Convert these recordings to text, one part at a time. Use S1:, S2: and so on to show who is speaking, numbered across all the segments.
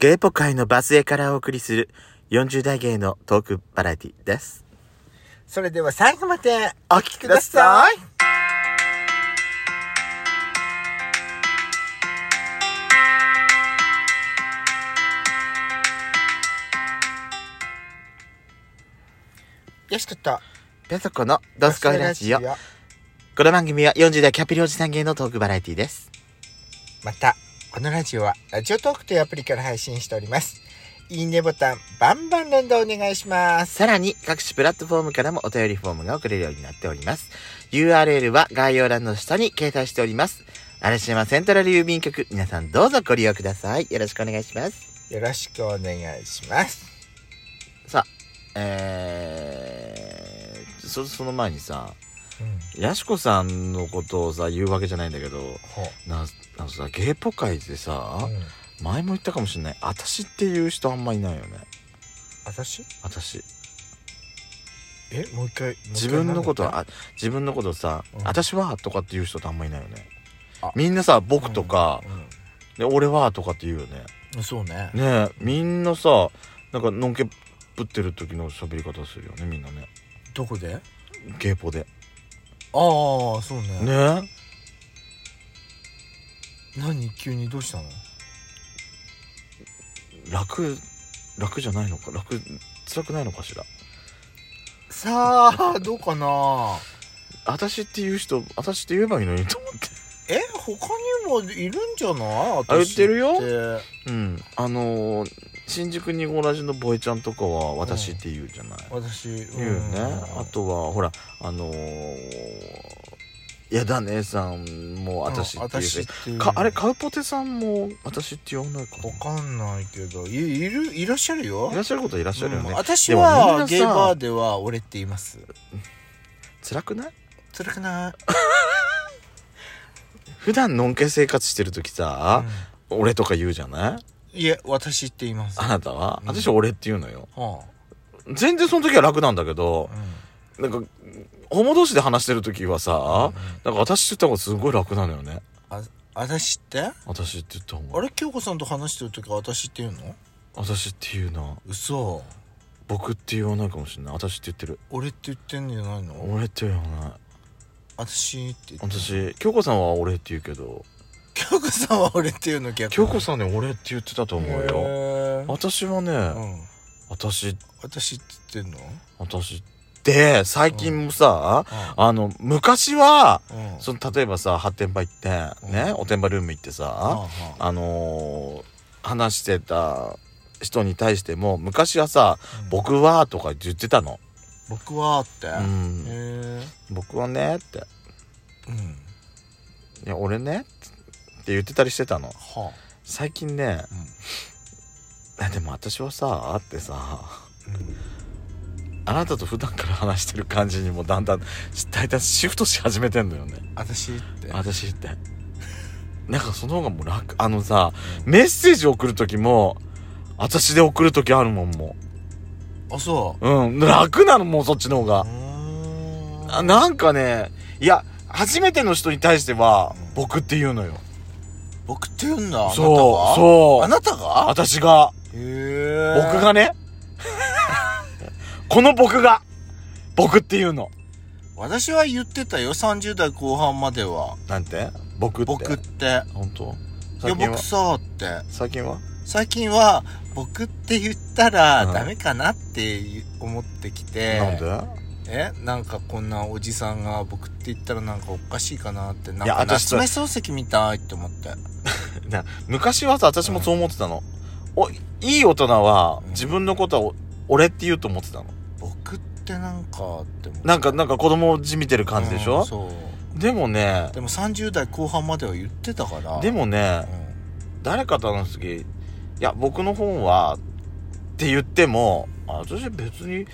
S1: ゲイポ界のバスへからお送りする40代ゲイのトークバラエティです。
S2: それでは最後までお聞きく
S1: く
S2: だ
S1: だ
S2: さ
S1: さ
S2: い。よしこと、
S1: ペソコのドスコイラジオ。
S2: ドスコイラ
S1: この番組は40代キャピリおじさん芸のトークバラエティです。
S2: また、このラジオは、ラジオトークというアプリから配信しております。いいねボタン、バンバン連動お願いします。
S1: さらに各種プラットフォームからもお便りフォームが送れるようになっております。URL は概要欄の下に掲載しております。嵐山セントラル郵便局、皆さんどうぞご利用ください。よろしくお願いします。
S2: よろしくお願いします。
S1: えー、そその前にさ、
S2: うん、
S1: ヤシコさんのことをさ、言うわけじゃないんだけど、
S2: ほ
S1: なあのさゲイポ界で
S2: う。
S1: さ、
S2: うん、
S1: 前も言ったかもしれない私っていう人あんまいないよね
S2: 私
S1: 私
S2: え、もう一回。
S1: 自分のこと
S2: は
S1: はあ自分のことさ「
S2: うん
S1: 私は」とかって言う人ってあんまいないよね
S2: あ
S1: みんなさ「僕」とか
S2: うん
S1: 「で俺は」とかって言うよね
S2: うんそうね
S1: ねえみんなさなんかのんけぶってる時の喋り方するよねみんなね
S2: どこであ
S1: ゲイポで
S2: あそうね
S1: ね
S2: 何急にどうしたの
S1: え楽楽じゃないのか楽辛くないのかしら
S2: さ あどうかな
S1: 私っていう人私って言えばいいのにと思って
S2: え他にもいるんじゃない
S1: あ言ってるよ
S2: よ
S1: うん、あのー新宿に同じのボエちゃんとかは私って言うじゃない、
S2: 私
S1: 言うよねあとはほらあのー、矢田姉さんも私って言うし、
S2: て
S1: かあれカウポテさんも私って言わないかな
S2: わかんないけどいいるいらっしゃるよ
S1: いらっしゃることいらっしゃるよね、
S2: うん私
S1: でもみんな
S2: は
S1: さ
S2: ゲイバーでは俺って言います
S1: 辛くない
S2: 辛くない
S1: 普段のんけ生活してる時さ、俺とか言うじゃない
S2: うんいえ私って言います
S1: あなたは、
S2: うん
S1: 私は俺って言うのよ
S2: は
S1: 全然その時は楽なんだけ
S2: あ
S1: ど
S2: う、ん
S1: なんかホモ同士で話してる時はさ、
S2: うん
S1: なんか私って言った方がすごい楽なのよね
S2: あ私って
S1: 私って言った方
S2: あ
S1: が
S2: れ京子さんと話してる時は私って言うの
S1: 私って言うな
S2: 嘘
S1: 僕って言わないかもしれない私って言ってる
S2: 俺って言ってんじゃないの
S1: 俺って言わない
S2: 私って言って
S1: 私京子さんは俺って言うけど
S2: 京子さんは俺って言うの逆に
S1: 京子さんね俺って言ってたと思うよ
S2: へー
S1: 私はね、
S2: うん
S1: 私
S2: 私って言ってんの
S1: 私で最近もさ、あの昔は
S2: うんうん
S1: その例えばさ発展場行ってね、
S2: うん
S1: おてんばルーム行ってさ、
S2: あ
S1: あのー話してた人に対しても昔はさ
S2: う
S1: 「
S2: ん
S1: 僕は」とか言ってたの、
S2: 僕はってへ
S1: うん
S2: え
S1: 僕はねって
S2: うん
S1: いや俺ねって言ってたりしてたの
S2: は
S1: 最近ね
S2: あ
S1: あでも私はさあってさ
S2: うんうん
S1: あなたと普段から話してる感じにもだんだん大体シフトし始めてんのよね
S2: 私って
S1: 私ってなんかその方がもう楽あのさメッセージ送る時も私で送る時あるもんも
S2: あそう
S1: うん楽なのもうそっちの方
S2: うう
S1: が
S2: ーん
S1: あなんかねいや初めての人に対しては僕って言うのよ
S2: 僕って言うんだあなた
S1: そう
S2: が
S1: そう
S2: あなたが
S1: 私が
S2: へえ
S1: 僕がね この僕が僕っていうの
S2: 私は言ってたよ30代後半までは
S1: なんて僕って
S2: 僕って
S1: 本当
S2: いや
S1: 最近は
S2: 僕さって
S1: 最近は
S2: 最近は僕って言ったら
S1: うん
S2: ダメかなって思ってきて、
S1: なんで
S2: えなんかこんなおじさんが僕って言ったらなんかおかしいかなってなん
S1: いや
S2: か
S1: 私
S2: 夏目漱石みたいって思って
S1: な昔はさ私もそう思ってたのおいい大人は
S2: うん
S1: 自分のことはお俺って言うと思ってたの
S2: 僕ってなんかって思って
S1: なんかなんか子供じみてる感じでし
S2: う
S1: ょ
S2: んそ
S1: でもね
S2: うでも30代後半までは言ってたから
S1: でもね
S2: う
S1: 誰かと話す時いや僕の本はって言ってもあ私別に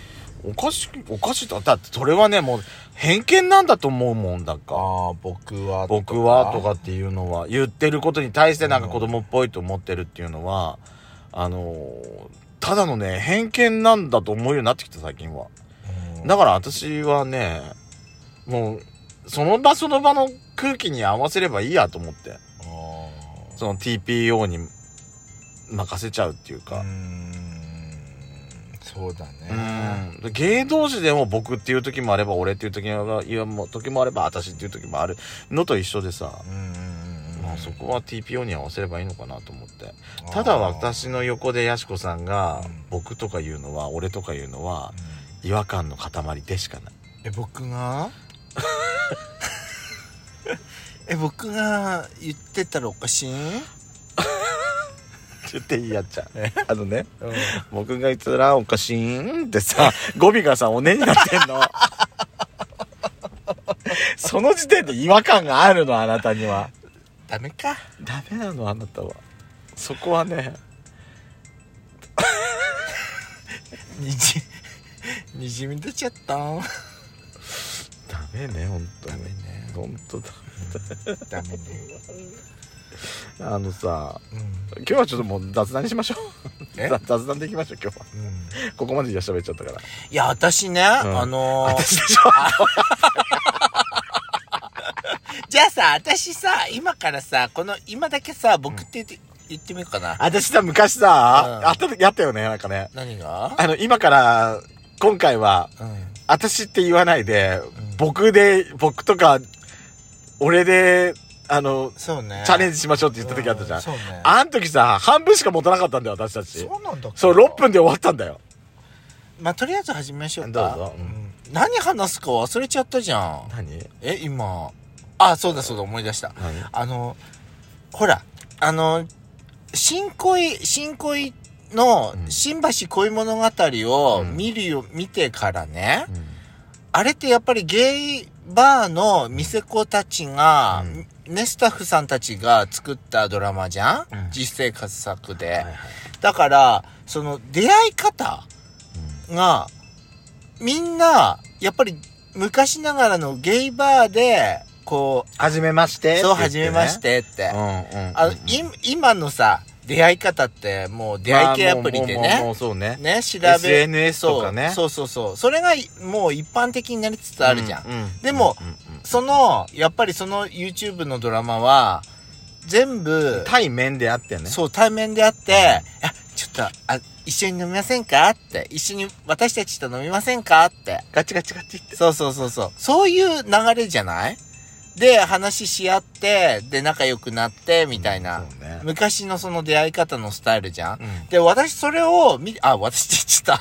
S1: おかしいおかしいとだってそれはねもう偏見なんだと思うもんだ
S2: ん、
S1: か
S2: ああ僕は
S1: 僕はとかっていうのは言ってることに対してなんか子供っぽいと思ってるっていうのはあのーただのね偏見なんだと思うようになってきた最近は
S2: うん
S1: だから私はねもうその場その場の空気に合わせればいいやと思って
S2: あー
S1: その TPO に任せちゃうっていう
S2: うー
S1: か、
S2: んそうだね
S1: うん、芸同士でも僕っていう時もあれば俺っていう時もいやもう時もあれば私っていう時もあるのと一緒でさ、
S2: うんうんうん
S1: まあ、そこは TPO に合わせればいいのかなと思ってただ私の横でやしこさんが
S2: うん
S1: 僕とか言うのは俺とか言うのは
S2: うん
S1: 違和感の塊でしかない
S2: え僕がえ僕が言ってたらおかしい、
S1: って言って言いやっちゃう
S2: え
S1: あのね僕が言ってたらおかしいんってさ 語尾がさおねになってん のその時点で違和感があるのあなたには
S2: ダメか
S1: ダメなのあなたはそこはね
S2: にじにじみ出ちゃった
S1: ダメね本当
S2: ダ
S1: に
S2: メね
S1: 本当だ
S2: ダメね
S1: あのさ
S2: うん
S1: 今日はちょっともう雑談にしましょう
S2: え
S1: 雑 雑談でいきましょう今日は
S2: うん
S1: ここまでじゃ喋っちゃったから
S2: いや私ね、
S1: ん
S2: あのー
S1: 私でしょ
S2: じゃあさ私さ今からさこの今だけさ僕って言って,、言ってみようかな
S1: 私さ昔さ、
S2: うん
S1: あった時あったよねなんかね
S2: 何が
S1: あの今から今回は
S2: うん
S1: 私って言わないで、
S2: ん
S1: 僕で僕とか俺であの
S2: そうね
S1: チャレンジしましょうって言った時あったじゃん、
S2: うそうね
S1: あん時さ半分しか持たなかったんだよ私たち
S2: そうなんだっけ
S1: そう6分で終わったんだよ
S2: まあとりあえず始めましょうか
S1: どうぞうん
S2: ん何話すか忘れちゃったじゃん
S1: 何
S2: え今あそうだそうだ思い出した
S1: 何
S2: あのほらあの新恋新恋の
S1: うん
S2: 新橋恋物語を
S1: うん
S2: 見るよ、見てからねあれってやっぱりゲイバーの店子たちが、ねスタッフさんたちが作ったドラマじゃん、
S1: うん
S2: 実生活作で、
S1: はいはい
S2: だからその出会い方が、みんな、やっぱり昔ながらのゲイバーで、こ
S1: はじめまし
S2: う、
S1: て
S2: そう、初めましててって。
S1: うんうんうん
S2: あの、い今のさ、出会い方って、もう出会い系アプリで
S1: まあもうもうもう
S2: ね、
S1: そうね
S2: ね、調べ、
S1: SNS とかね
S2: そうそうそうそう。それがいもう一般的になりつつあるじゃん。
S1: うう
S2: でも
S1: うんうん
S2: その、やっぱりその YouTube のドラマは、全部、
S1: 対面であってね
S2: そう、対面であって、あ、ちょっと、あ、一緒に飲みませんかって、一緒に私たちと飲みませんかって。
S1: ガチガチガチって
S2: そうそうそうそう。そういう流れじゃないで、話し合って、で、仲良くなって、みたいな。
S1: そうね
S2: 昔のその出会い方のスタイルじゃん。
S1: うん
S2: で、私それを見、あ、私って言っ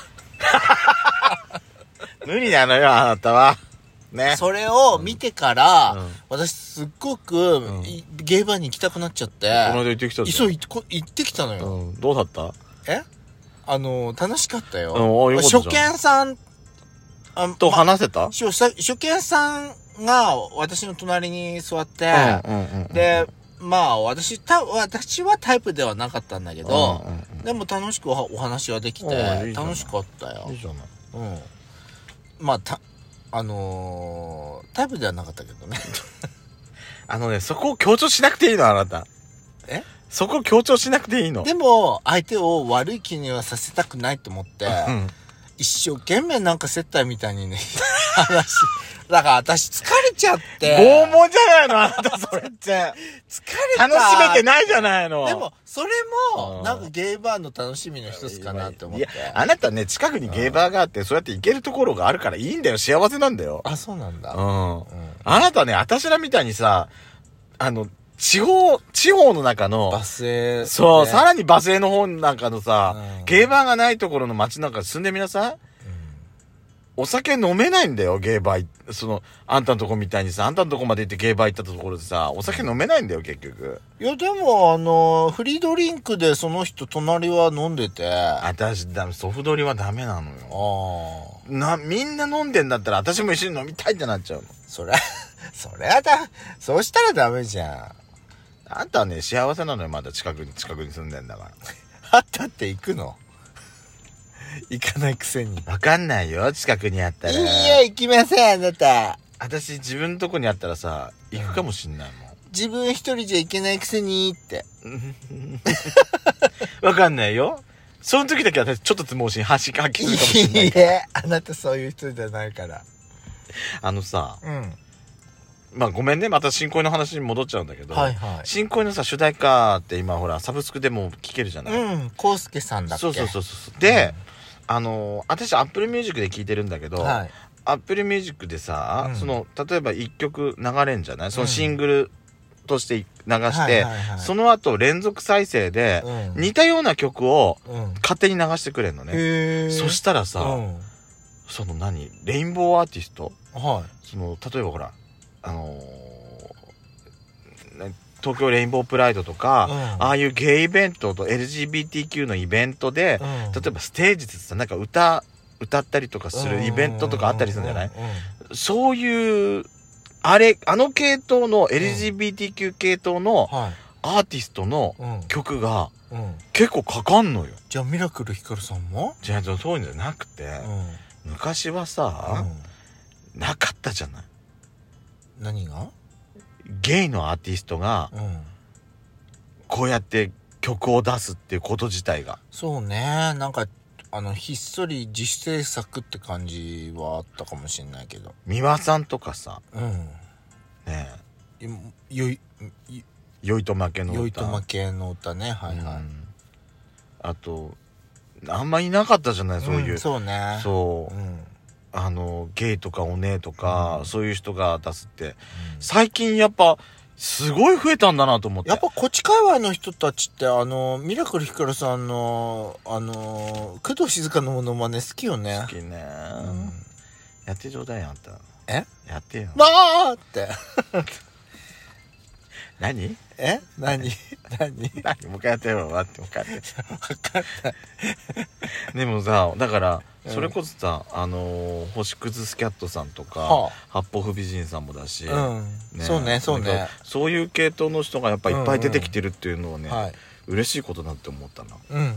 S1: 無理なのよあなたはね
S2: た。それを見てから、
S1: うん
S2: 私すっごく、
S1: ん
S2: いゲイバーに行きたくなっちゃって、
S1: この間行ってきたじゃん
S2: 急いこ行ってきたのよ。
S1: うんどうだった
S2: えあの、楽しかったよ。
S1: うんあよかった
S2: 初
S1: じゃん
S2: 見さん、あ
S1: と
S2: ま
S1: 話せた
S2: 初初見さんが私の隣に座って、
S1: うんうんうん
S2: で、まあ、私、た、私はタイプではなかったんだけど、
S1: うんうん
S2: でも楽しくおはお話はでき
S1: おーい
S2: て
S1: い、じゃん
S2: 楽しかったよ
S1: うんいい。じゃない
S2: うん。まあ、た、あのータイプではなかったけどね。
S1: あのねそこを強調しなくていいのあなた
S2: え
S1: そこを強調しなくていいの
S2: でも、相手を悪い気にはさせたくないと思って、
S1: うん
S2: 一生懸命なんか接待みたいにね、話、だから私疲れちゃって。
S1: 拷問じゃないのあなたそれって
S2: 疲れた
S1: 楽しめてないじゃないの
S2: でも、それ
S1: う
S2: も、
S1: ん
S2: なんかゲイバーの楽しみの一つかなって思って
S1: い。やあなたね近くにゲーバーがあってそうやって行けるところがあるからいいんだよ幸せなんだよ
S2: あ、そうなんだ。
S1: うんあ
S2: うん
S1: なたね私らみたいにさあの地方地方の中の
S2: バスへ
S1: そう、さ
S2: ら
S1: らにバスへの方なんかのさ、
S2: うん
S1: ゲーバーがないところの街なんか住んでみなさいお酒飲めないんだよ、ゲーバー。その、あんたのとこみたいにさ、あんたのとこまで行ってゲーバー行ったところでさ、お酒飲めないんだよ、結局。
S2: いやでもあのフリードリンクでその人隣は飲んでてあ
S1: 私、だソフトリはダメなのよ。
S2: あ
S1: な、みんな飲んでんだったら私も一緒に飲みたいってなっちゃうの。
S2: そりゃ そりゃだそうしたらダメじゃん
S1: あんたはね、幸せなのよ、まだ近くに、近くに住んでんだか
S2: あったって行くの行かないくせにい
S1: ら。わかんないよ、近くにあったら。
S2: いや行きませんあなた
S1: 私、自分のとこにあったらさ、行くかもしんないもん。
S2: 自分一人じゃ行けないくせにって
S1: わかんないよ。その時だけ私、ちょっとつもうし、端がきするかもしんないい
S2: い。えあなたそういう人じゃないから
S1: あのさ、
S2: うん
S1: まあごめんね、また新恋の話に戻っちゃうんだけど、
S2: はいはい
S1: 新恋のさ、主題歌って今ほら、サブスクでも聴けるじゃない、
S2: うん康介さんだっけ
S1: そうそうそうそう。で、あのー、私、アップルミュージックで聴いてるんだけど、
S2: はい
S1: アップルミュージックでさ、
S2: うん
S1: その、例えば一曲流れんじゃないその
S2: うん
S1: シングルとして流して、
S2: はいはいはい
S1: その後連続再生で、
S2: うん
S1: 似たような曲を
S2: うん
S1: 勝手に流してくれんのね。
S2: へえ
S1: そしたらさ、
S2: うん
S1: その何レインボーアーティスト
S2: は
S1: その例えばほらあのーな東京レインボープライドとか、
S2: うん
S1: ああいうゲイイベントと LGBTQ のイベントで
S2: い、うん
S1: 例えばステージでさなんか歌歌ったりとかするイベントとかあったりするんじゃない、
S2: うんうんうん
S1: そういうあれあの系統の LGBTQ 系統の
S2: はい
S1: アーティストの
S2: うん
S1: 曲が
S2: うん
S1: 結構かかんのよ。
S2: じゃあミラクルヒカルさんも
S1: じゃあそういうんじゃなくて、
S2: うん
S1: 昔はさ、なかったじゃない
S2: うん何が
S1: ゲイのアーティストが
S2: うん
S1: こうやって曲を出すっていうこと自体が
S2: そうねなんかあのひっそり自主制作って感じはあったかもしれないけど
S1: 美輪さんとかさ
S2: うん
S1: ね
S2: よいよ
S1: え酔いと負けの歌
S2: よいとま系の歌ねは
S1: う
S2: いはい
S1: んあとあんまいなかったじゃないそういう、
S2: んそうね
S1: そう
S2: うん
S1: あのゲイとかお姉とか、
S2: うん
S1: そういう人が出すって最近やっぱすごい増えたんだなと思って
S2: やっぱこっち界隈の人たちってあのミラクルヒカルさんのあの工藤静香のモノマネ好きよね
S1: 好きね、
S2: うん
S1: やってちょうだいよあんた
S2: え
S1: やってよ、
S2: まあって
S1: 何
S2: え何何
S1: 何もう一回やってよ待ってもう一回やって
S2: わかんな
S1: で
S2: い
S1: もさだから
S2: うん
S1: それこそさ、あのー星屑スキャットさんとか、
S2: は
S1: 八方不美人さんもだし、
S2: あうんそうねそう
S1: なん
S2: ね
S1: かそういう系統の人がやっぱいっぱい出てきてるっていうのはね、
S2: はい
S1: 嬉しいことだって思ったな
S2: うん